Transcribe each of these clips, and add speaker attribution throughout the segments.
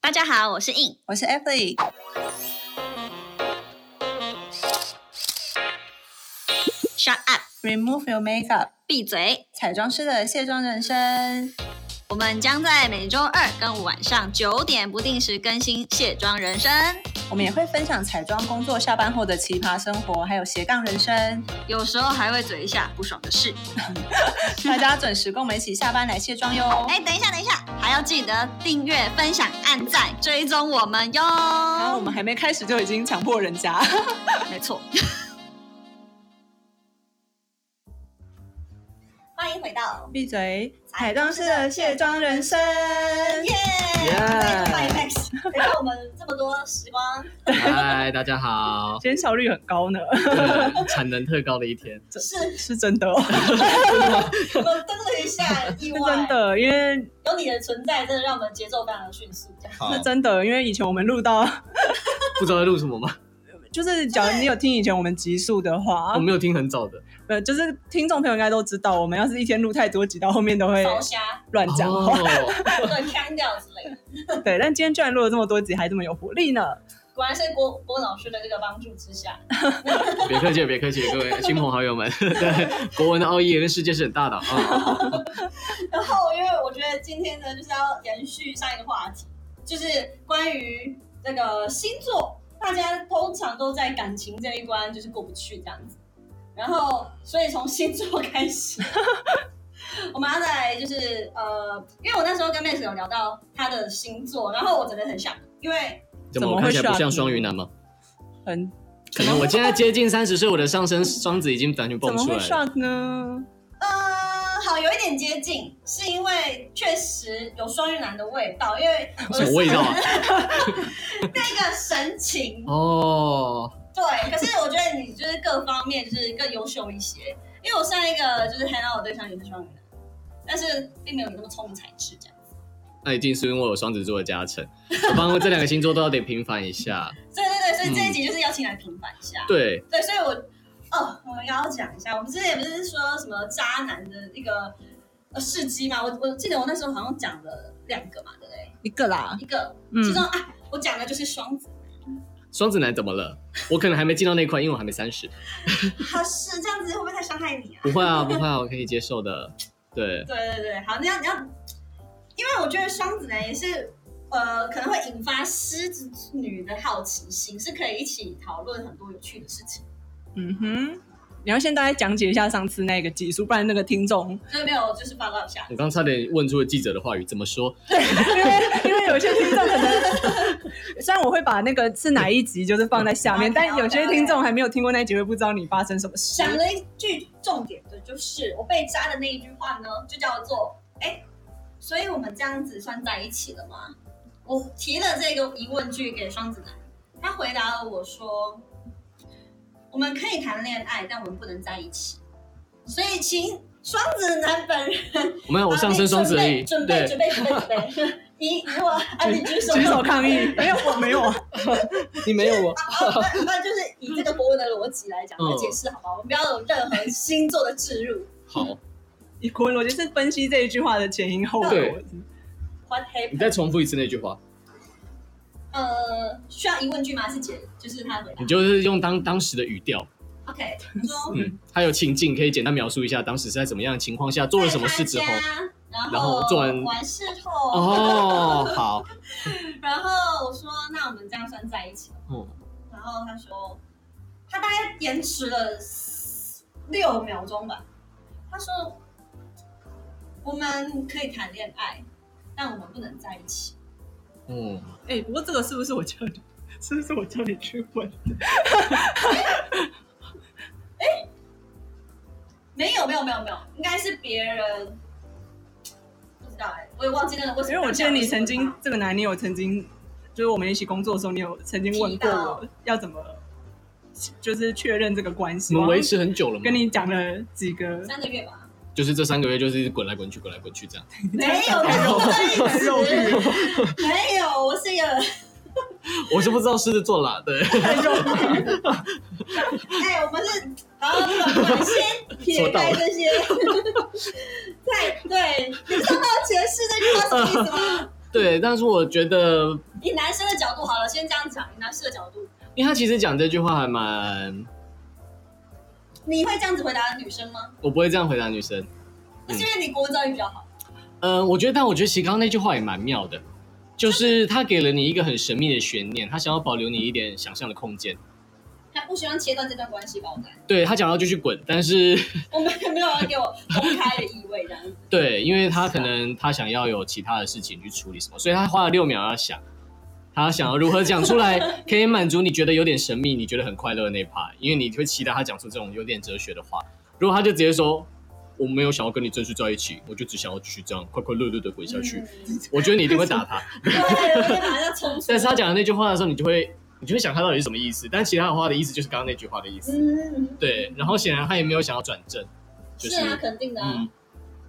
Speaker 1: 大家好，我是 In。
Speaker 2: 我是 Emily。
Speaker 1: Shut up，
Speaker 2: Remove your makeup，
Speaker 1: 闭嘴。
Speaker 2: 彩妆师的卸妆人生。
Speaker 1: 我们将在每周二跟五晚上九点不定时更新《卸妆人生》，
Speaker 2: 我们也会分享彩妆工作下班后的奇葩生活，还有斜杠人生。
Speaker 1: 有时候还会嘴一下不爽的事。
Speaker 2: 大家准时跟我们一起下班来卸妆哟。
Speaker 1: 哎，等一下，等一下，还要记得订阅、分享、按赞、追踪我们哟。
Speaker 2: 然后我们还没开始就已经强迫人家。
Speaker 1: 没错。 欢迎回到
Speaker 2: 闭嘴！彩妆师的卸妆人生。
Speaker 1: 耶！
Speaker 3: Yeah
Speaker 1: 欢迎 Max，陪伴我们这么多时光。
Speaker 3: 嗨，大家好，
Speaker 2: 今天效率很高呢，
Speaker 3: 对产能特高的一天，
Speaker 1: 是，
Speaker 2: 是真的哦，
Speaker 1: 我真的很吓人意
Speaker 2: 是
Speaker 1: 外
Speaker 2: 真。的，因为
Speaker 1: 有你的存在，真的让我们节奏非常的迅速。这样
Speaker 3: 好
Speaker 2: 是真的，因为以前我们录到，
Speaker 3: 不知道在录什么吗？
Speaker 2: 就是假如你有听以前我们集数的话
Speaker 3: 我，没有听很早的，
Speaker 2: 呃，就是听众朋友应该都知道，我们要是一天录太多集，到后面都会
Speaker 1: 烧虾、
Speaker 2: 乱讲话。
Speaker 3: 哦
Speaker 1: 乱腔调之类的，
Speaker 2: 对，但今天居然录了这么多集，还这么有活力呢。
Speaker 1: 果然是郭郭老师的这个帮助之下，
Speaker 3: 别客气，别客气，各位亲朋好友们， 对，国文的奥义跟世界是很大的啊，
Speaker 1: 然后，因为我觉得今天呢，就是要延续上一个话题，就是关于那个星座，大家通常都在感情这一关就是过不去这样子。然后，所以从星座开始，我们要再来就是呃，因为我那时候跟妹子有聊到她的星座，然后我真的很想，因为
Speaker 3: 怎么
Speaker 2: 怎么
Speaker 3: 我
Speaker 2: 会
Speaker 3: 看起来不
Speaker 2: 是啊
Speaker 3: 像双鱼男吗？
Speaker 2: 很
Speaker 3: 可能我现在接近三十岁，我的上身双子已经完全
Speaker 2: 怎
Speaker 3: 蹦
Speaker 2: 么
Speaker 3: 出
Speaker 2: 会
Speaker 3: 来了。
Speaker 2: shock 呢？
Speaker 1: 呃，好有一点接近，是因为确实有双鱼男的味道，因为我
Speaker 3: 什么味道啊？
Speaker 1: 那个神情
Speaker 3: 哦，
Speaker 1: 对，可是我觉得你就是各方面就是更优秀一些，因为我上一个就是 hang out 的对象也是双鱼男，但是并没有你那么聪明才智这样，
Speaker 3: 那一定是因为我有双子座的加成，我帮这两个星座都要得平反一下。
Speaker 1: 所以对对，所以这一集就是邀请来平反一下，
Speaker 3: 对，
Speaker 1: 对，所以我哦，我们要讲一下，我们之前不是说什么渣男的那个呃事迹嘛，我我记得我那时候好像讲了两个嘛，对不对？
Speaker 2: 一个啦，
Speaker 1: 一个，
Speaker 2: 嗯
Speaker 1: 其中、啊，我讲的就是双子，
Speaker 3: 双子男怎么了？我可能还没进到那一块，因为我还没三十。
Speaker 1: 他是这样子会不会太伤害你啊？
Speaker 3: 不会啊，不会啊，我可以接受的。对，
Speaker 1: 对对对，好，你要你要，因为我觉得双子男也是，呃，可能会引发狮子女的好奇心，是可以一起讨论很多有趣的事情。
Speaker 2: 嗯哼。你要先大概讲解一下上次那个技术，不然那个听众，
Speaker 1: 所以没有就是报告一下，
Speaker 3: 我刚差点问出了记者的话语，怎么说？
Speaker 2: 因为因为有些听众可能，虽然我会把那个是哪一集就是放在下面，
Speaker 1: 嗯
Speaker 2: 但
Speaker 1: 好
Speaker 2: 有些
Speaker 1: 了解
Speaker 2: 听众还没有听过那一集，会不知道你发生什么事。
Speaker 1: 讲了一句重点的就是我被扎的那一句话呢，就叫做哎，所以我们这样子算在一起了吗？我提了这个疑问句给双子男，他回答了我说，我们可以谈恋爱，但我们不能在一起。所以请双子男本人。
Speaker 3: 我没有，我上升双子而已。
Speaker 1: 啊准备
Speaker 3: 对
Speaker 1: 准，备准备准备，准备你 我啊，你举手
Speaker 2: 举手抗议， 没有我没有，
Speaker 3: 你没有我，
Speaker 1: 好那那就是以这个博文的逻辑来讲
Speaker 3: 嗯
Speaker 1: 来解释，好吧？我们不要有任何星座的置入。
Speaker 3: 好，
Speaker 2: 以国文逻辑是分析这一句话的前因后果。
Speaker 3: 对
Speaker 1: What h a p
Speaker 3: 你
Speaker 1: p e
Speaker 3: 再重复一次那句话，
Speaker 1: 呃，需要疑问句吗？是解，就是他的回答
Speaker 3: 你。就是用当当时的语调，
Speaker 1: OK，你说
Speaker 3: 嗯，还有情境，可以简单描述一下当时是在怎么样的情况下做了什么事之后
Speaker 1: 在。他家然
Speaker 3: 然
Speaker 1: 后
Speaker 3: 后做完
Speaker 1: 完事后，
Speaker 3: 哦，好，
Speaker 1: 然后我说那我们这样算在一起了吗。
Speaker 3: 嗯，
Speaker 1: 然后他说他大概延迟了六秒钟吧。他说我们可以谈恋爱，但我们不能在一起。
Speaker 3: 嗯，
Speaker 2: 哎、不过这个是不是我叫你？是不是我叫你去问？
Speaker 1: 没有没有没有没有，应该是别人不知道哎、我也忘记那个为什么。
Speaker 2: 因为我记得你曾经这个男，你有曾经就是我们一起工作的时候，你有曾经问过我要怎么就是确认这个关系。
Speaker 3: 你们维持很久了吗？
Speaker 2: 跟你讲了几个，
Speaker 1: 三个月吧，
Speaker 3: 就是这三个月就是滚来滚去，滚来滚去这样。
Speaker 1: 没有没有没有，我是一个
Speaker 3: 我是不知道狮子座啦，对，
Speaker 1: 哎、我们是好，我们先 撇开这些，对对，你知道“前世”这句话什么意思吗？
Speaker 3: 对，但是我觉得，
Speaker 1: 以男生的角度好了，先这样讲，以男生的角度，
Speaker 3: 因为他其实讲这句话还蛮，
Speaker 1: 你会这样子回答女生吗？
Speaker 3: 我不会这样回答女生。
Speaker 1: 那是因为你国文造诣比较好，
Speaker 3: 嗯，我觉得，但我觉得其实刚刚那句话也蛮妙的，就是他给了你一个很神秘的悬念，他想要保留你一点想象的空间。
Speaker 1: 他不希望切断这段关系吧？我感觉
Speaker 3: 对他讲到就去滚，但是
Speaker 1: 我们也没有要给我公开的意味这样子。
Speaker 3: 对，因为他可能他想要有其他的事情去处理什么，所以他花了六秒要想，他想要如何讲出来可以满足你觉得有点神秘、你觉得很快乐的那一趴，因为你会期待他讲出这种有点哲学的话。如果他就直接说我没有想要跟你正式在一起，我就只想要继续这样快快乐乐的滚下去，
Speaker 1: 嗯
Speaker 3: 我觉得你一定会打他。
Speaker 1: 对，我就马上冲出。
Speaker 3: 但是他讲的那句话的时候，你就会你就会想他到底是什么意思，但其他的话的意思就是刚刚那句话的意思。
Speaker 1: 嗯，
Speaker 3: 对，然后显然他也没有想要转正，就是
Speaker 1: 是啊，肯定的啊。
Speaker 3: 嗯，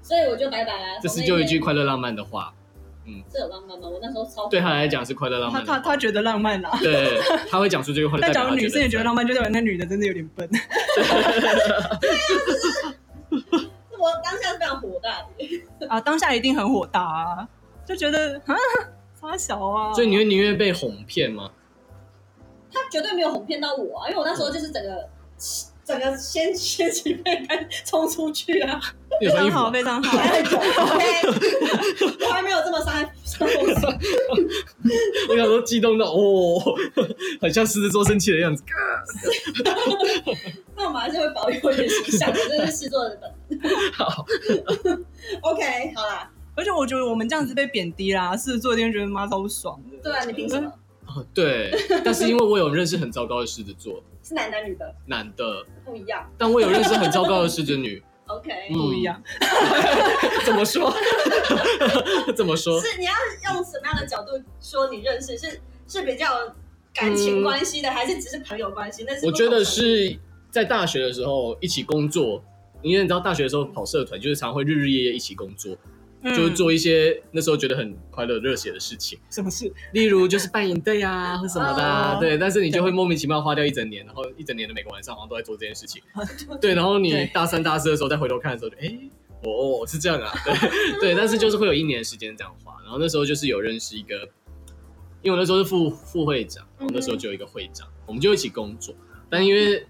Speaker 1: 所以我就拜拜啦。
Speaker 3: 这是
Speaker 1: 从那
Speaker 3: 就一
Speaker 1: 天
Speaker 3: 句，快乐浪漫的话，
Speaker 1: 这有浪漫吗？我那时候超
Speaker 3: 对他来讲是快乐浪
Speaker 2: 他
Speaker 3: 漫
Speaker 2: 他
Speaker 3: 的。
Speaker 2: 他觉得浪漫啦。
Speaker 3: 对，他会讲出这句话。
Speaker 2: 但
Speaker 3: 代
Speaker 2: 假
Speaker 3: 表
Speaker 2: 如
Speaker 3: 他
Speaker 2: 女生也觉得
Speaker 3: 浪
Speaker 2: 浪漫，就代表那女的真的有点笨。
Speaker 1: 我当下是非常火大的。
Speaker 2: 啊，当下一定很火大、啊，就觉得啊，发小啊，
Speaker 3: 漫，所以你会宁愿被哄骗吗？
Speaker 1: 他绝对没有哄骗到我啊，因为我那时候就是整个 整个先先起被干冲出去啊，
Speaker 2: 非
Speaker 3: 有穿衣
Speaker 2: 常
Speaker 3: 服
Speaker 2: 好，
Speaker 3: 吗？
Speaker 2: 非常 好。
Speaker 1: 太久了 OK，我还没有这么伤害伤害过谁
Speaker 3: 我想说激动到哦， 很像狮子座生气的样子。
Speaker 1: 那我们还是会保佑我的形象，这就是视作的本。
Speaker 3: 好，
Speaker 1: OK，好啦，
Speaker 2: 而且我觉得我们这样子被贬低啦，狮子座一定会觉得妈超爽的。
Speaker 1: 对啊，你凭什么？
Speaker 3: 哦对，但是因为我有认识很糟糕的狮子座
Speaker 1: 是男男女的
Speaker 3: 男的，
Speaker 1: 不一样。
Speaker 3: 但我有认识很糟糕的狮子女，
Speaker 1: OK，、
Speaker 3: 嗯
Speaker 2: 不一样，
Speaker 3: 怎么说？ 怎么说？
Speaker 1: 是你要用什么样的角度说你认识？是是比较有感情关系的，还是只是朋友关系？那是
Speaker 3: 我
Speaker 1: 不
Speaker 3: 觉
Speaker 1: 同
Speaker 3: 得
Speaker 1: 的
Speaker 3: 是在大学的时候一起工作，因为你知道大学的时候跑社团，就是常会日日夜夜一起工作，
Speaker 2: 嗯
Speaker 3: 就是做一些那时候觉得很快乐、热血的事情，
Speaker 2: 什么事？
Speaker 3: 例如就是办营队啊或什么的、啊，
Speaker 2: 哦
Speaker 3: 对。但是你就会莫名其妙花掉一整年，然后一整年的每个晚上好像都在做这件事情，对。然后你
Speaker 2: 对
Speaker 3: 大三、大四的时候再回头看的时候就，哎，哦，是这样啊， 对对。但是就是会有一年的时间这样花，然后那时候就是有认识一个，因为我那时候是副副会长，我那时候就有一个会长，我们就一起工作，但因为。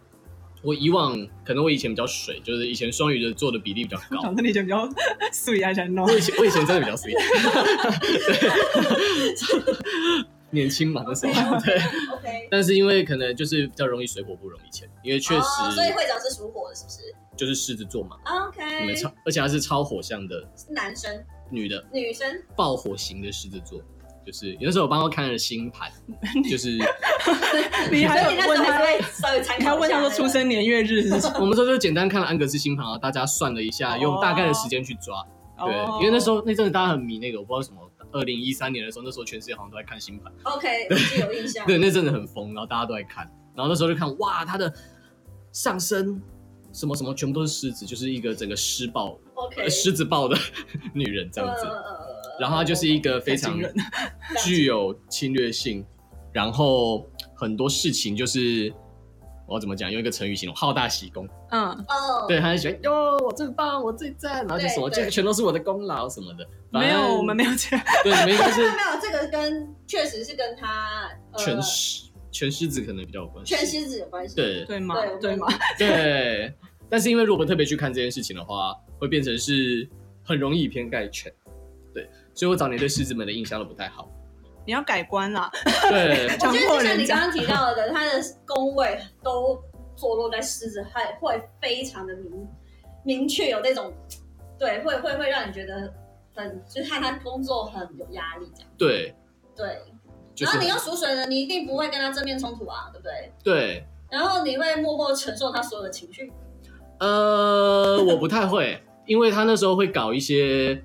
Speaker 3: 我以往可能我以前比较水，就是以前双鱼的做的比例比较高，
Speaker 2: 长得你就比较 素雅想弄
Speaker 3: 我。以前我以前真的比较 sweet，年轻嘛那时
Speaker 1: 啊
Speaker 3: 候，对。
Speaker 1: OK。
Speaker 3: 但是因为可能就是比较容易水火不容易牵，因为确实
Speaker 1: 哦所以会长是属火的，是不是
Speaker 3: 就是狮子座嘛，你
Speaker 1: ？OK，
Speaker 3: 们超而且还是超火象的
Speaker 1: 是男生、
Speaker 3: 女的
Speaker 1: 女生，
Speaker 3: 爆火型的狮子座，就是有的时候我帮他看了星盘， 就是
Speaker 2: 你还
Speaker 1: 所以你那
Speaker 2: 有问
Speaker 1: 时候
Speaker 2: 他，
Speaker 1: 还是会稍微参考一
Speaker 2: 你
Speaker 1: 下
Speaker 2: 还问他说出生年月日是什么？
Speaker 3: 我们说就简单看了安格斯星盘啊，大家算了一下，用大概的时间去抓。
Speaker 1: 哦
Speaker 3: 对，因为那时
Speaker 2: 候
Speaker 3: 候那阵子大家很迷那个，我不知道什么。二零一三年的时候，那时候全世界好像都在看星盘。
Speaker 1: 那个 OK，我是有印象。
Speaker 3: 对，那阵子很疯，然后大家都在看，然后那时候就看哇，他的上身什么什么全部都是狮子，就是一个整个狮豹、
Speaker 1: OK，
Speaker 3: 呃狮子豹的 女人这样子。
Speaker 1: 呃哦
Speaker 3: 然后她就是一个非常
Speaker 2: 惊人，
Speaker 3: 具有侵略性，然后很多事情就是我要怎么讲，用一个成语形容，好大喜功。
Speaker 2: 嗯，
Speaker 1: 哦，
Speaker 3: 对，她就喜欢哟，我最棒，我最赞，然后就什么，
Speaker 1: 对对
Speaker 3: 这个全都是我的功劳什么的。反
Speaker 2: 没有，
Speaker 3: 正
Speaker 2: 我们没有这样，
Speaker 3: 对你们应该是
Speaker 1: 没有没有，这个跟确实是跟他呃
Speaker 3: 全狮全狮子可能比较有关系。
Speaker 1: 全狮子有关系。
Speaker 3: 对
Speaker 2: 对吗
Speaker 1: 对我？们
Speaker 2: 对吗？
Speaker 3: 对，但是因为如果我们特别去看这件事情的话，会变成是很容易以偏概全。对，所以我早年对狮子们的印象都不太好。
Speaker 2: 你要改观啦，
Speaker 3: 对，
Speaker 1: 我
Speaker 2: 强
Speaker 1: 觉得
Speaker 2: 迫
Speaker 1: 就像
Speaker 2: 人
Speaker 1: 你
Speaker 2: 家
Speaker 1: 刚刚提到的，它的宫位都坐落在狮子，还会非常的明明确有那种，对，会会会让你觉得很，就是看他工作很有压力这样。
Speaker 3: 对，
Speaker 1: 对，
Speaker 3: 就
Speaker 1: 然
Speaker 3: 是
Speaker 1: 后你又属水的，你一定不会跟他正面冲突啊，对不对？
Speaker 3: 对，
Speaker 1: 然后你会默默承受他所有的情绪。
Speaker 3: 呃，我不太会，因为他那时候会搞一些，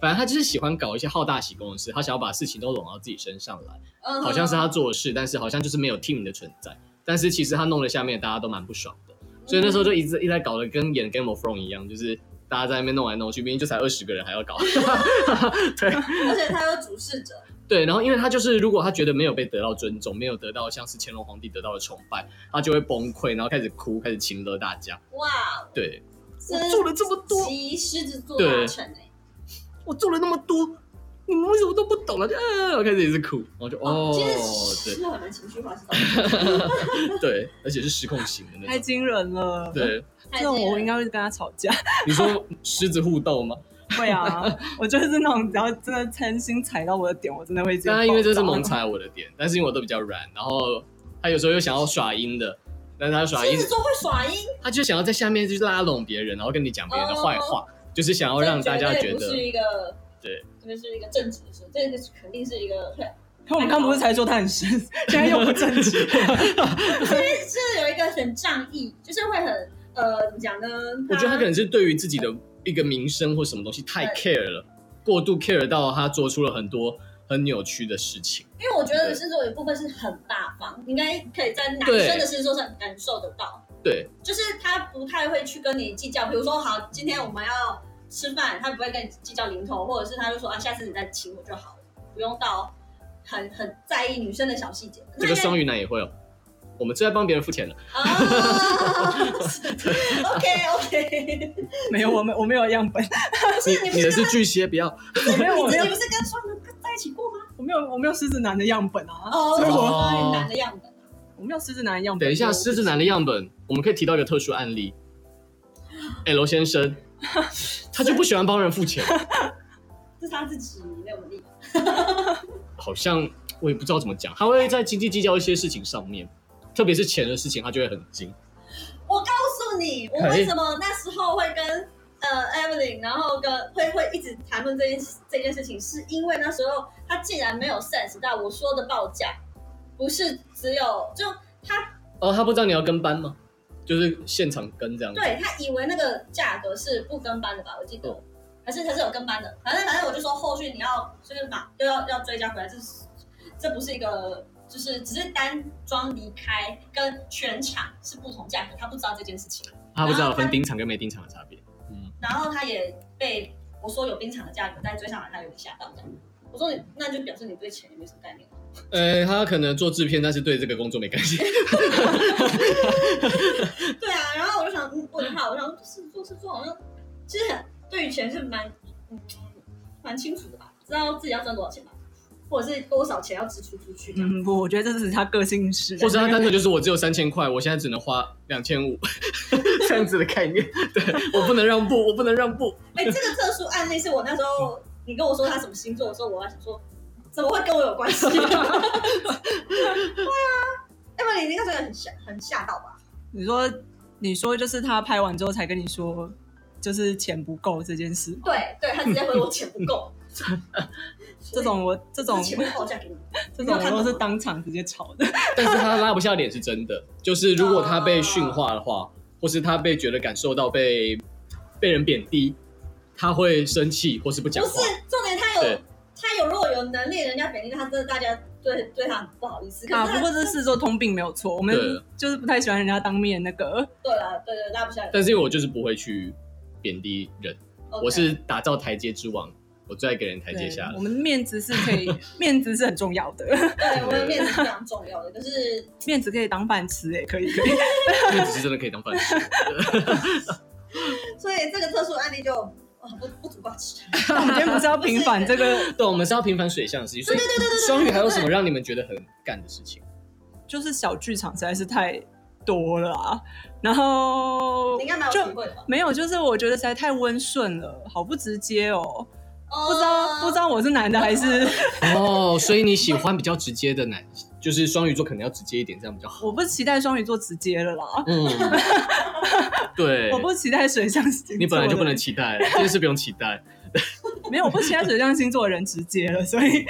Speaker 3: 反正他就是喜欢搞一些好大喜功的事，他想要把事情都拢到自己身上来，
Speaker 1: 嗯，
Speaker 3: 好像是他做的事，但是好像就是没有 team 的存在，但是其实他弄得下面大家都蛮不爽的。所以那时候就一直一直在搞得跟演 Game of Thrones 一样，就是大家在那边弄来弄去，明明就才二十个人还要搞。
Speaker 1: 嗯，而且他有主事者，
Speaker 3: 对，然后因为他就是如果他觉得没有被得到尊重，没有得到像是乾隆皇帝得到的崇拜，他就会崩溃，然后开始哭，开始亲了大家。
Speaker 1: 哇，
Speaker 3: 对，
Speaker 1: 这
Speaker 2: 我做了这么多，
Speaker 1: 集狮子座
Speaker 3: 对
Speaker 1: 大臣哎、
Speaker 2: 我做了那么多，
Speaker 3: 你们为什么都不懂啊？就呃，我开始也是哭，然后就哦，
Speaker 1: 其实
Speaker 3: 对
Speaker 1: 是很难情绪化， 是吧？
Speaker 3: 对，而且是失控型的那
Speaker 2: 太
Speaker 3: 种。
Speaker 2: 惊人了。，
Speaker 3: 对，
Speaker 2: 这种我应该会跟他吵 架。
Speaker 3: 你说狮子互斗 吗？
Speaker 2: 会啊，我就是那种只要真的贪心踩到我的点，我真的会直接爆炸。
Speaker 3: 但他因为这是猛踩我的点，但是因为我都比较软，然后他有时候又想要耍阴的，但是他耍阴
Speaker 1: 狮子，座会耍阴，
Speaker 3: 他就想要在下面就是拉拢别人，然后跟你讲别人的坏话，就是想要
Speaker 1: 这
Speaker 3: 让大家
Speaker 1: 绝对
Speaker 3: 觉
Speaker 1: 不是
Speaker 3: 得
Speaker 1: 一个
Speaker 3: 对，
Speaker 1: 这个是一个正直的事，这个肯定是一个。
Speaker 2: 可我们刚不是才说他很深， 现 在又不正直。
Speaker 1: 是有一个很仗义，就是会很呃，怎么讲呢？
Speaker 3: 我觉得他可能是对于自己的一个名声或什么东西太 care 了，过度 care 到他做出了很多很扭曲的事情。
Speaker 1: 因为我觉得狮子座有一部分是很大方，应该可以在男生的狮子座上感受得到，
Speaker 3: 对，
Speaker 1: 就是他不太会去跟你计较。比如说，好，今天我们要吃饭，他不会跟你计较零头，或者是他就说啊，下次你再请我就好了，不用到很很在意女生的小细节。
Speaker 3: 这个双鱼男也会哦。我们正在帮别人付钱了，
Speaker 1: 啊，OK OK，
Speaker 2: 没有，我没我没有样 本，
Speaker 3: 你你的是巨蟹，不要
Speaker 2: 我没有我
Speaker 1: 你
Speaker 2: 没
Speaker 1: 自
Speaker 2: 有
Speaker 1: 己不是跟双鱼在一起过吗？
Speaker 2: 我没有我没有狮子男的样本啊。
Speaker 1: 哦，
Speaker 2: 所以我
Speaker 1: 双鱼男的样子。
Speaker 2: 我没有狮子男的样本。
Speaker 3: 等一下，
Speaker 2: 我
Speaker 3: 狮子男的样本，我们可以提到一个特殊案例。L 先生，他就不喜欢帮人付钱，
Speaker 1: 这是他自己没有力。
Speaker 3: 好像我也不知道怎么讲，他会在斤斤计较一些事情上面，特别是钱的事情，他就会很精。
Speaker 1: 我告诉你，我为什么那时候会跟呃 Evelyn，然后跟会会一直谈论这件这件事情，是因为那时候他竟然没有 sense 到我说的报价，不是只有就他
Speaker 3: 哦，他不知道你要跟班吗？就是现场跟这样子。
Speaker 1: 对他以为那个价格是不跟班的吧？我记得
Speaker 3: 嗯
Speaker 1: 还是还是有跟班的，反正反正我就说后续你要就是马又要要追加回来，这是这不是一个。就是只是单装离开跟全场是不同价格，他不知道这件事情。
Speaker 3: 他不知道有分丁场跟没丁场的差别。嗯，
Speaker 1: 然后他也被我说有冰场的价格，但追上来他有点吓到这样。我说你那就表示你对钱也没什么概念。
Speaker 3: 呃，他可能做制片，但是对这个工作没感兴趣。
Speaker 1: 对啊，然后我就想嗯问他，我想说狮子座，狮子座好像其实很对于钱是蛮嗯蛮清楚的吧，知道自己要赚多少钱吧，或者是多少钱要支出出去这样。
Speaker 2: 嗯，不，我觉得这只是他个性使然，
Speaker 3: 或者他单纯就是我只有三千块，我现在只能花两千五， 这样子的概念。 对我不能让步，我不能让步。
Speaker 1: 哎、这个特殊案例是我那时候你跟我说他什么星座的时候，我还想说怎么会跟我有关系？ 对啊，要不然你那个时候很吓很吓到吧？
Speaker 2: 你说你说就是他拍完之后才跟你说，就是钱不够这件事，
Speaker 1: 对对，他直接回我钱不够，
Speaker 2: 这种我这种
Speaker 1: 钱不够我嫁给你。
Speaker 2: 这种我都是当场直接吵的。
Speaker 3: 但是他拉不下脸是真的，就是如果他被驯化的话，或是他被觉得感受到被被人贬低，他会生气或是不讲
Speaker 1: 不
Speaker 3: 话
Speaker 1: 是。重点，他有
Speaker 3: 对
Speaker 1: 他有如果有能力，人家贬低他，真的大家对对他很不好意思。可
Speaker 2: 啊，
Speaker 1: 是他
Speaker 2: 不过这是狮子座通病没有错，我们
Speaker 3: 对
Speaker 2: 就是不太喜欢人家当面那个。
Speaker 1: 对了，对对拉不下来。
Speaker 3: 但是因为我就是不会去贬低人，
Speaker 1: OK
Speaker 3: 我是打造台阶之王，我最爱给人台阶
Speaker 2: 对
Speaker 3: 下，
Speaker 2: 我
Speaker 3: 了。
Speaker 2: 们面子是可 以，面子是很重要的，
Speaker 1: 对我的面子是非常重要的，可是
Speaker 2: 面子可以当饭吃，哎，可以 可以。
Speaker 3: 因为只是真的可以当饭 吃。
Speaker 1: 所以这个特殊案例就呃不不足挂齿。
Speaker 2: 那我们今天不是要平反 这个，
Speaker 3: 对，我们是要平凡水象的事情。所以双鱼还有什么让你们觉得很干的事 情？
Speaker 2: 就是小剧场实在是太多了啊。然后
Speaker 1: 你应该蛮有
Speaker 2: 就
Speaker 1: 体会的吧？
Speaker 2: 没有，就是我觉得实在太温顺了，好不直接哦。
Speaker 1: 哦
Speaker 2: 不知道不知道我是男的还是
Speaker 3: 哦，所以你喜欢比较直接的男，就是双鱼座可能要直接一点，这样比较好。
Speaker 2: 我不期待双鱼座直接了啦，
Speaker 3: 嗯，对，
Speaker 2: 我不期待水象星座的。
Speaker 3: 你本来就不能期待，这件事不用期 待。
Speaker 2: 没有，我不期待水象星座的人直接了，所以，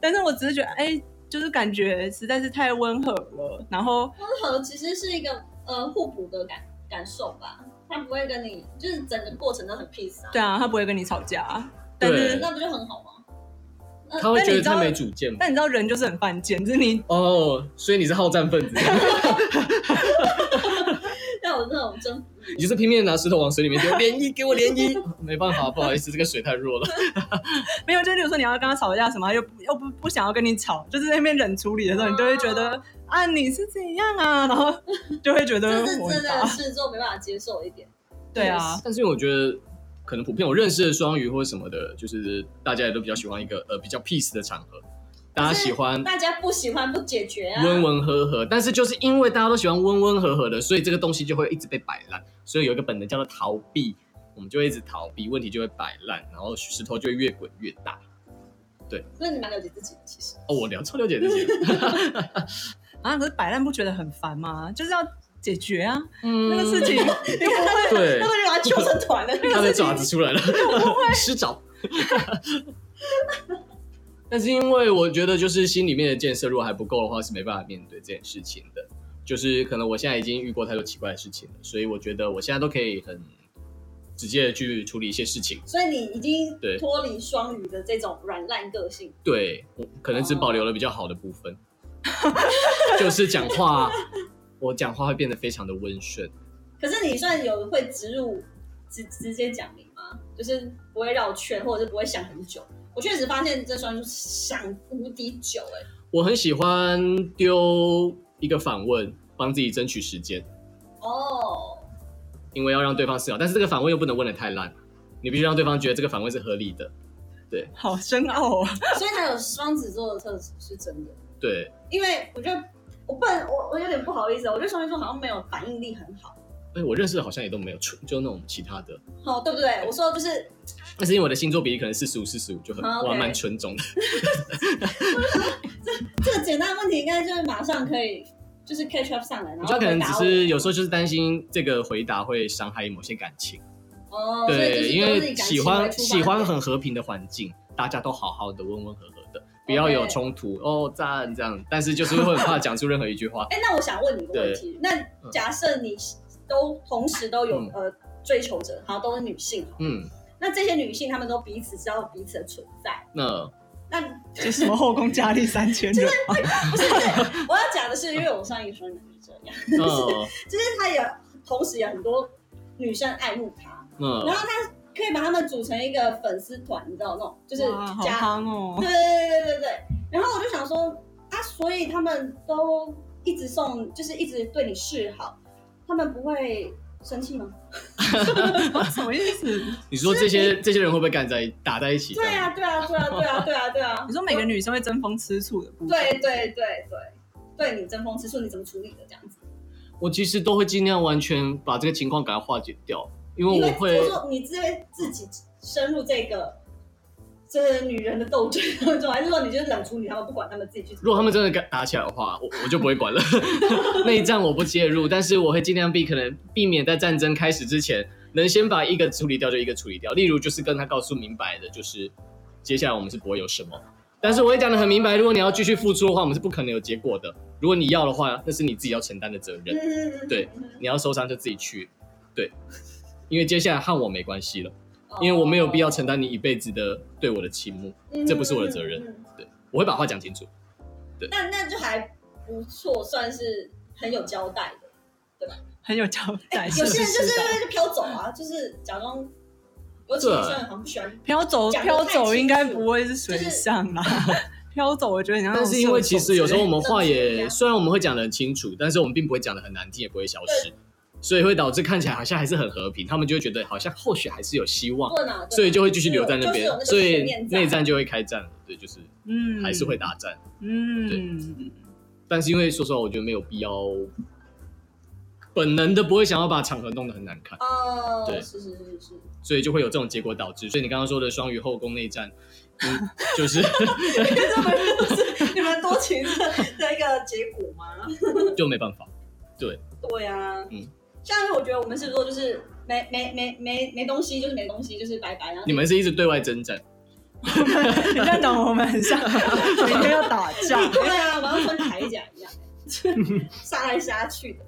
Speaker 2: 但是我只是觉得，哎、就是感觉实在是太温和了。然后，
Speaker 1: 温和其实是一个呃互补的感感受吧，他不会跟你就是整个过程都很 peace 啊，
Speaker 2: 对啊，他不会跟你吵架，但是，
Speaker 3: 对
Speaker 1: 那不就很好吗？
Speaker 3: 他会觉
Speaker 2: 但你
Speaker 3: 得他
Speaker 2: 知道
Speaker 3: 没主见嘛。
Speaker 2: 但你知道人就是很犯贱，就是你
Speaker 3: 哦，所以你是好战分子，
Speaker 1: 要有那种征服
Speaker 3: 你就是拼命地拿石头往水里面丢，涟漪给我涟 漪。没办法，不好意思，这个水太弱了。
Speaker 2: 没有，就例如说你要跟他吵架什么，又不又不不想要跟你吵，就是在那边冷处理的时候，你就会觉
Speaker 1: 哦
Speaker 2: 得啊你是怎样啊，然后 就会觉得
Speaker 1: 这是
Speaker 2: 我
Speaker 1: 真
Speaker 2: 很
Speaker 1: 的
Speaker 2: 大，
Speaker 1: 狮子座没办法接受一点。
Speaker 2: 对啊，
Speaker 3: 但是因为我觉得可能普遍我认识的双鱼或者什么的，就是大家也都比较喜欢一个呃比较 peace 的场合，大家喜欢
Speaker 1: 大家不喜欢不解决啊，
Speaker 3: 温温和和，但是就是因为大家都喜欢温温和和的，所以这个东西就会一直被摆烂。所以有一个本能叫做逃避，我们就会一直逃避，问题就会摆烂，然后石头就会越滚越大。
Speaker 1: 所以你蛮了解自己的，其实
Speaker 3: 哦，我了超了解自己，
Speaker 2: 啊，可是摆烂不觉得很烦吗？就是要解决啊，
Speaker 3: 嗯
Speaker 2: 那个事情又不会
Speaker 3: 对
Speaker 1: 那，个人把他揪成啊团的，
Speaker 3: 他的爪子出来了， 湿爪。但是因为我觉得，就是心里面的建设如果还不够的话，是没办法面对这件事情的。就是可能我现在已经遇过太多奇怪的事情了，所以我觉得我现在都可以很直接的去处理一些事情。
Speaker 1: 所以你已经
Speaker 3: 对
Speaker 1: 脱离双鱼的这种软烂个性，
Speaker 3: 对，我可能只保留了比较好的部 分，就是讲话，我讲话会变得非常的温顺。
Speaker 1: 可是你算有会植入直直接讲明吗？就是不会绕圈，或者是不会想很久。我确实发现这双鱼想无敌久、欸，哎，
Speaker 3: 我很喜欢丢一个反问，帮自己争取时间。
Speaker 1: 哦，
Speaker 3: 因为要让对方思考，但是这个反问又不能问的太烂，你必须让对方觉得这个反问是合理的。
Speaker 2: 好深奥啊。
Speaker 1: 所以他有双子座的特质是真的。
Speaker 3: 对，
Speaker 1: 因为我觉得我不能，我我有点不好意思，我觉得双鱼座好像没有反应力很好，
Speaker 3: 哎，我认识的好像也都没有，除就那种其他的，
Speaker 1: 哦，对不对？我说就是
Speaker 3: 但是因为我的星座比例可能四十五、四十五就很
Speaker 1: 啊，OK
Speaker 3: 我还蛮纯种的。
Speaker 1: 这个简单的问题，应该就是马上可以就是 catch up 上来，然
Speaker 3: 我
Speaker 1: 后
Speaker 3: 觉得可能只
Speaker 1: 回
Speaker 3: 是有时候就是担心这个回答会伤害某些感情，
Speaker 1: 答我哦，所以就
Speaker 3: 对，
Speaker 1: 是
Speaker 3: 因
Speaker 1: 都是
Speaker 3: 为
Speaker 1: 以感
Speaker 3: 喜
Speaker 1: 情为
Speaker 3: 欢
Speaker 1: 出发
Speaker 3: 喜欢
Speaker 1: 点。
Speaker 3: 很和平的环境，大家都好好的、温温和和的，不要有冲突哦，赞这样，但是就是会很怕讲出任何一句话
Speaker 1: 哎，那我想问你一个问题，那假设你都同时都有
Speaker 3: 嗯
Speaker 1: 呃追求者，好，都是女性，好，
Speaker 3: 嗯，
Speaker 1: 那这些女性她们都彼此知道彼此的存在，
Speaker 3: 那
Speaker 1: 那
Speaker 2: 就什么后宫佳丽三千人嘛，
Speaker 1: 不是不是， 我要讲的是，因为我上一说你是这样，
Speaker 3: 那
Speaker 1: 就是她也同时有很多女生爱慕她。然
Speaker 3: 那
Speaker 1: 后他可以把他们组成一个粉丝团，你知道那种，就是
Speaker 2: 哇好
Speaker 1: 加，
Speaker 2: 夯哦
Speaker 1: 对。对对对对对。然后我就想说，啊，所以他们都一直送，就是一直对你示好，他们不会生气吗？
Speaker 2: 什么意思？
Speaker 3: 你说这些这些人会不会干在打在一起？
Speaker 1: 对啊，对啊，对啊，对啊，对啊，对啊。
Speaker 2: 你说每个女生会争风吃醋的部分？
Speaker 1: 对对对对，对你争风吃醋，你怎么处理的这样子？
Speaker 3: 我其实都会尽量完全把这个情况给它化解掉，因为
Speaker 1: 你
Speaker 3: 我会
Speaker 1: 就是说你自会自己深入这个。这女人的斗争当中，还是说你就是冷处理他们，不管他们自己去？
Speaker 3: 如果他们真的敢打起来的话，我我就不会管了， 那一战我不介入，但是我会尽量避可能避免在战争开始之前，能先把一个处理掉就一个处理掉。例如就是跟他告诉明白的，就是接下来我们是不会有什么，但是我也讲的很明白，如果你要继续付出的话，我们是不可能有结果的。如果你要的话，那是你自己要承担的责任，
Speaker 1: 嗯，
Speaker 3: 对你要受伤就自己去，对，因为接下来和我没关系了。
Speaker 1: 哦
Speaker 3: 因为我没有必要承担你一辈子的对我的倾慕，
Speaker 1: 嗯
Speaker 3: 这不是我的责任
Speaker 1: 嗯嗯嗯
Speaker 3: 我会把话讲清楚。
Speaker 1: 那那就还不错，算是很有交代的。
Speaker 2: 很哎有交代。
Speaker 1: 有些人就是
Speaker 2: 不知道
Speaker 1: 是飘走啊，就是假装。尤其女生好像不喜欢，
Speaker 2: 飘走，
Speaker 1: 讲得
Speaker 2: 飘
Speaker 1: 太
Speaker 2: 走
Speaker 1: 清
Speaker 2: 应该
Speaker 1: 楚
Speaker 2: 不会是水
Speaker 1: 就是
Speaker 2: 象啦。 飘走，我觉得你像那
Speaker 3: 但
Speaker 2: 种
Speaker 3: 是因为
Speaker 2: 射
Speaker 3: 其
Speaker 2: 手
Speaker 3: 实有
Speaker 2: 之
Speaker 3: 时候我
Speaker 2: 类的
Speaker 3: 们话
Speaker 1: 这
Speaker 3: 也，
Speaker 1: 样
Speaker 3: 虽然我们会讲的很清楚，但是我们并不会讲的很难听，也不会消失，所以会导致看起来好像还是很和平，他们就会觉得好像或许还是有希望，
Speaker 1: 对啊，对啊
Speaker 3: 所以就会继续留在那边，
Speaker 1: 就
Speaker 3: 所
Speaker 1: 是有那个
Speaker 3: 以内
Speaker 1: 悬念在
Speaker 3: 战就会开战了。对，就是
Speaker 2: 嗯，
Speaker 3: 还是会打战，
Speaker 2: 嗯，
Speaker 3: 但是因为说实话，我觉得没有必要，本能的不会想要把场合弄得很难看。
Speaker 1: 哦，
Speaker 3: 对
Speaker 1: 是是是 是，
Speaker 3: 所以就会有这种结果导致。所以你刚刚说的双鱼后宫内战，嗯，就是
Speaker 1: 你们多情的的一个结果吗？
Speaker 3: 就没办法。
Speaker 1: 对啊，
Speaker 3: 嗯
Speaker 1: 像是我觉得我们是不是就是没没没没没东西，就是没东西，就是拜拜，啊 然后
Speaker 3: 你们是一直对外征战，
Speaker 2: 你这样讲我们很 像每天要打架。
Speaker 1: 对啊，然后穿铠甲一样，杀来杀去的。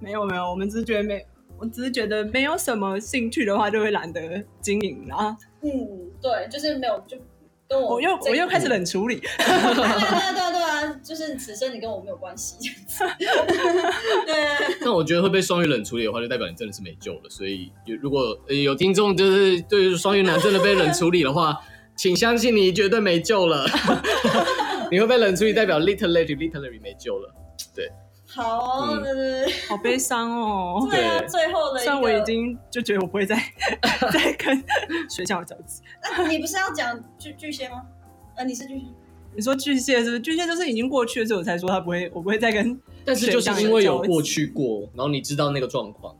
Speaker 2: 没有没有，我们只是觉得没，我只是觉得没有什么兴趣的话，就会懒得经营啦。
Speaker 1: 嗯，对，就是没有，就跟我
Speaker 2: 我又
Speaker 1: 这
Speaker 2: 我又开始冷处理，
Speaker 1: 对啊对啊对啊，就是此生你跟我没有关系。 对，
Speaker 3: 那我觉得会被双鱼冷处理的话，就代表你真的是没救了。所以有如果呃有听众就是对于双鱼男真的被冷处理的话，请相信你绝对 没救了。你会被冷处理，代表 literally literally 没救了。
Speaker 1: 好哦，
Speaker 3: 嗯
Speaker 1: 对对对
Speaker 2: 好悲伤哦。
Speaker 1: 对啊，
Speaker 3: 对
Speaker 1: 最后的一
Speaker 2: 虽然
Speaker 1: 个，
Speaker 2: 我已经就觉得我不会再 再跟学校交集。
Speaker 1: 那啊你不是要讲巨巨蟹吗？呃，你是巨蟹，
Speaker 2: 你说巨蟹是不是？巨蟹就是已经过去了，所以我才说他不会，我不会再跟。
Speaker 3: 但是就是因为有过去过，然后你知道那个状况，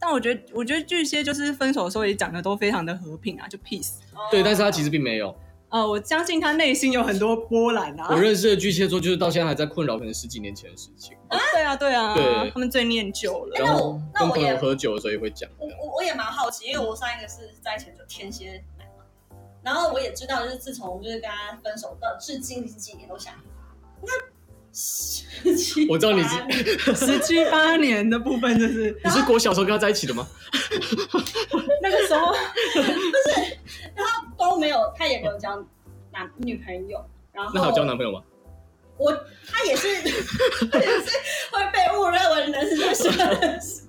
Speaker 2: 但我觉得，我觉得巨蟹就是分手的时候也讲的都非常的和平啊，就 peace。
Speaker 1: 哦
Speaker 3: 对，但是他其实并没有。
Speaker 2: 呃，我相信他内心有很多波澜啊。
Speaker 3: 我认识的巨蟹座就是到现在还在困扰，可能十几年前的事情。
Speaker 2: 对啊，对啊，
Speaker 3: 对
Speaker 2: 他们最念旧了。
Speaker 3: 然后
Speaker 1: 那
Speaker 3: 跟
Speaker 1: 我
Speaker 3: 朋
Speaker 1: 也嗯
Speaker 3: 友喝酒的时候也会讲这
Speaker 1: 我
Speaker 3: 样。
Speaker 1: 我我也蛮好奇，因为我上一个是在前就天蝎男嘛，然后我也知道，就是自从就是跟他分手到至今这几年都想，那 奇
Speaker 3: 我知道你
Speaker 1: 葩
Speaker 2: 十七八年的部分就是
Speaker 3: 你是国小时候跟他在一起的吗？
Speaker 2: 那个时候，
Speaker 1: 都没有，他也没有交男女朋友，然后
Speaker 3: 那还有交男朋友吗？
Speaker 1: 我他也是 他也是 会被误认为男生是男生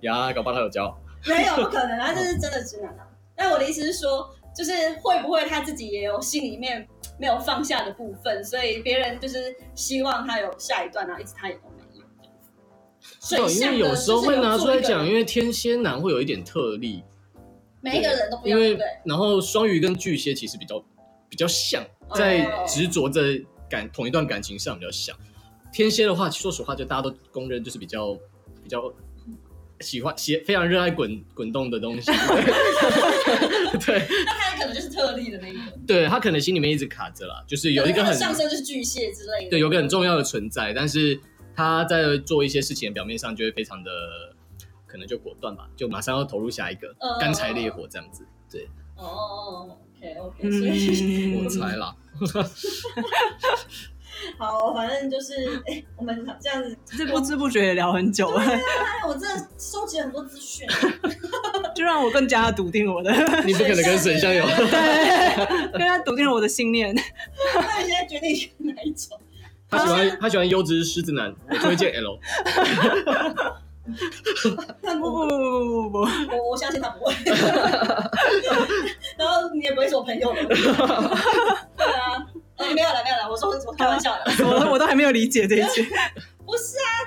Speaker 3: 呀，搞不好他有交。
Speaker 1: 没有不可能，他就是真的直男啊。但我的意思是说，就是会不会他自己也有心里面没有放下的部分，所以别人就是希望他有下一段，啊然后一直他也都没有。所以
Speaker 3: 对，因
Speaker 1: 像
Speaker 3: 为
Speaker 1: 的
Speaker 3: 有 时
Speaker 1: 就
Speaker 3: 候
Speaker 1: 是
Speaker 3: 会拿出来
Speaker 1: 做一个
Speaker 3: 讲，因为天蝎男会有一点特例，
Speaker 1: 每一个人都不一
Speaker 3: 因
Speaker 1: 样，对
Speaker 3: 为
Speaker 1: 不对？
Speaker 3: 然后双鱼跟巨蟹其实比较比较像，
Speaker 1: 哦
Speaker 3: 在执着在感同一段感情上比较像。天蝎的话，说实话，就大家都公认就是比较比较喜欢喜非常热爱滚滚动的东西。 对，
Speaker 1: 那他可能就是特例的那一个，
Speaker 3: 对他可能心里面一直卡着啦，就是有一个
Speaker 1: 可能他
Speaker 3: 很
Speaker 1: 的上升就是巨蟹之类的，
Speaker 3: 对，有个很重要的存在，但是他在做一些事情的表面上就会非常的，可能就果断吧，就马上要投入下一个
Speaker 1: 嗯，
Speaker 3: 干柴烈火这样子。
Speaker 1: 哦，OK OK，所以、
Speaker 2: 嗯，
Speaker 3: 我猜啦，
Speaker 1: 好，反正就是 哎、我们这样子，
Speaker 2: 这不知不觉也聊很久了，
Speaker 1: 哎，我真的收集了很多资讯，
Speaker 2: 就让我更加地笃定我 的，
Speaker 3: 你不可能跟水象有。
Speaker 2: 对，更加地笃定了我的信念。
Speaker 1: 那你现在决定选哪一种？
Speaker 3: 他喜欢他喜欢优质狮子男，我推荐 L。
Speaker 1: 那
Speaker 2: 不
Speaker 1: 我
Speaker 2: 不不不 不不不，
Speaker 1: 我我相信他 不会，然后你也不会是我朋友了。对啊，哎没有了没有了，我说我开玩笑的，
Speaker 2: 我哦都我都还没有理解这一切。
Speaker 1: 不是啊，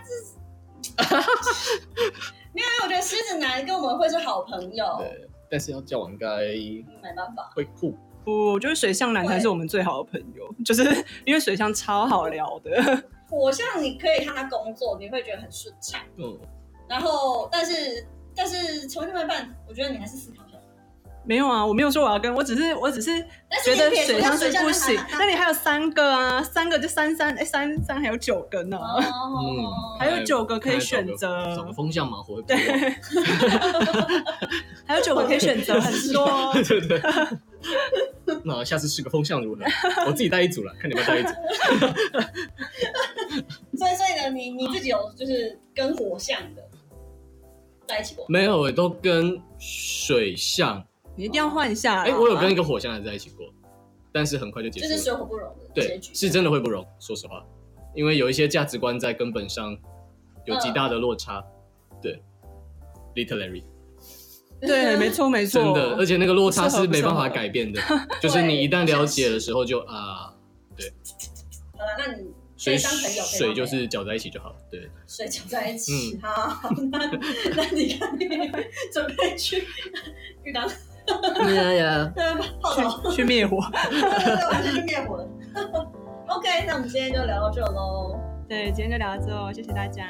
Speaker 1: 这是没有，因为我觉得狮子男跟我们会是好朋友，
Speaker 3: 对，但是要交往应该
Speaker 1: 没办法。
Speaker 3: 会酷。
Speaker 2: 不，我觉得水象男才是我们最好的朋友，就是因为水象超好聊的。
Speaker 1: 火象你可以看他工作，你会觉得很顺畅，
Speaker 3: 嗯，
Speaker 1: 然后但是但是成为另外一半，我觉得你还是思考一下。
Speaker 2: 没有啊，我没有说我要跟，我只是我只是
Speaker 1: 但是
Speaker 2: 觉
Speaker 1: 你
Speaker 2: 得
Speaker 1: 撇除
Speaker 2: 水
Speaker 1: 掉
Speaker 2: 象是
Speaker 1: 水象
Speaker 2: 不
Speaker 1: 男
Speaker 2: 行
Speaker 1: 孩。啊
Speaker 2: 那你还有三个啊，三个就三三，哎，三三还有九个呢，
Speaker 1: 哦，
Speaker 2: 还有九个可以选
Speaker 3: 看来找个找
Speaker 2: 择
Speaker 3: 个，风向蛮活。对
Speaker 2: 还有九个可以选择，很 多。
Speaker 3: 对对。那下次试个风向如何？我自己带一组了，看你们带一组。
Speaker 1: 所以所以呢，你你自己有就是跟火象的在一起
Speaker 2: 嗯
Speaker 1: 过？
Speaker 3: 没有，我都跟水象
Speaker 2: 你一定要换一下啦。啊
Speaker 3: 哎、我有跟一个火象人在一起过，但是很快就结
Speaker 1: 啊就
Speaker 3: 束
Speaker 1: 是
Speaker 3: 了。
Speaker 1: 水火不容的结
Speaker 3: 对，
Speaker 1: 局。
Speaker 3: 是真的会不容，说实话，因为有一些价值观在根本上有
Speaker 1: 嗯
Speaker 3: 极大的落差。对，literally，
Speaker 2: 对，没错没
Speaker 3: 真
Speaker 1: 哦
Speaker 2: 错，
Speaker 3: 的，而且那个落差
Speaker 2: 不适合
Speaker 3: 是没
Speaker 2: 不
Speaker 3: 办
Speaker 2: 适
Speaker 3: 法
Speaker 2: 合
Speaker 3: 改变 的，就是你一旦了解的时候就啊，
Speaker 1: 好了，那你
Speaker 3: 所
Speaker 1: 可
Speaker 3: 以
Speaker 1: 以当朋友，
Speaker 3: 水就
Speaker 1: 可以当朋友
Speaker 3: 是搅在一起就好了。对，
Speaker 1: 水搅在一起。
Speaker 2: 嗯
Speaker 1: 好，那 那你看你准备去浴 缸
Speaker 3: 呀呀，
Speaker 1: 呃泡澡，
Speaker 2: 去去灭火。
Speaker 1: 对对对，我们是去灭火 的。OK，那我们今天就聊到这喽。
Speaker 2: 对，今天就聊到这哦，谢谢大家。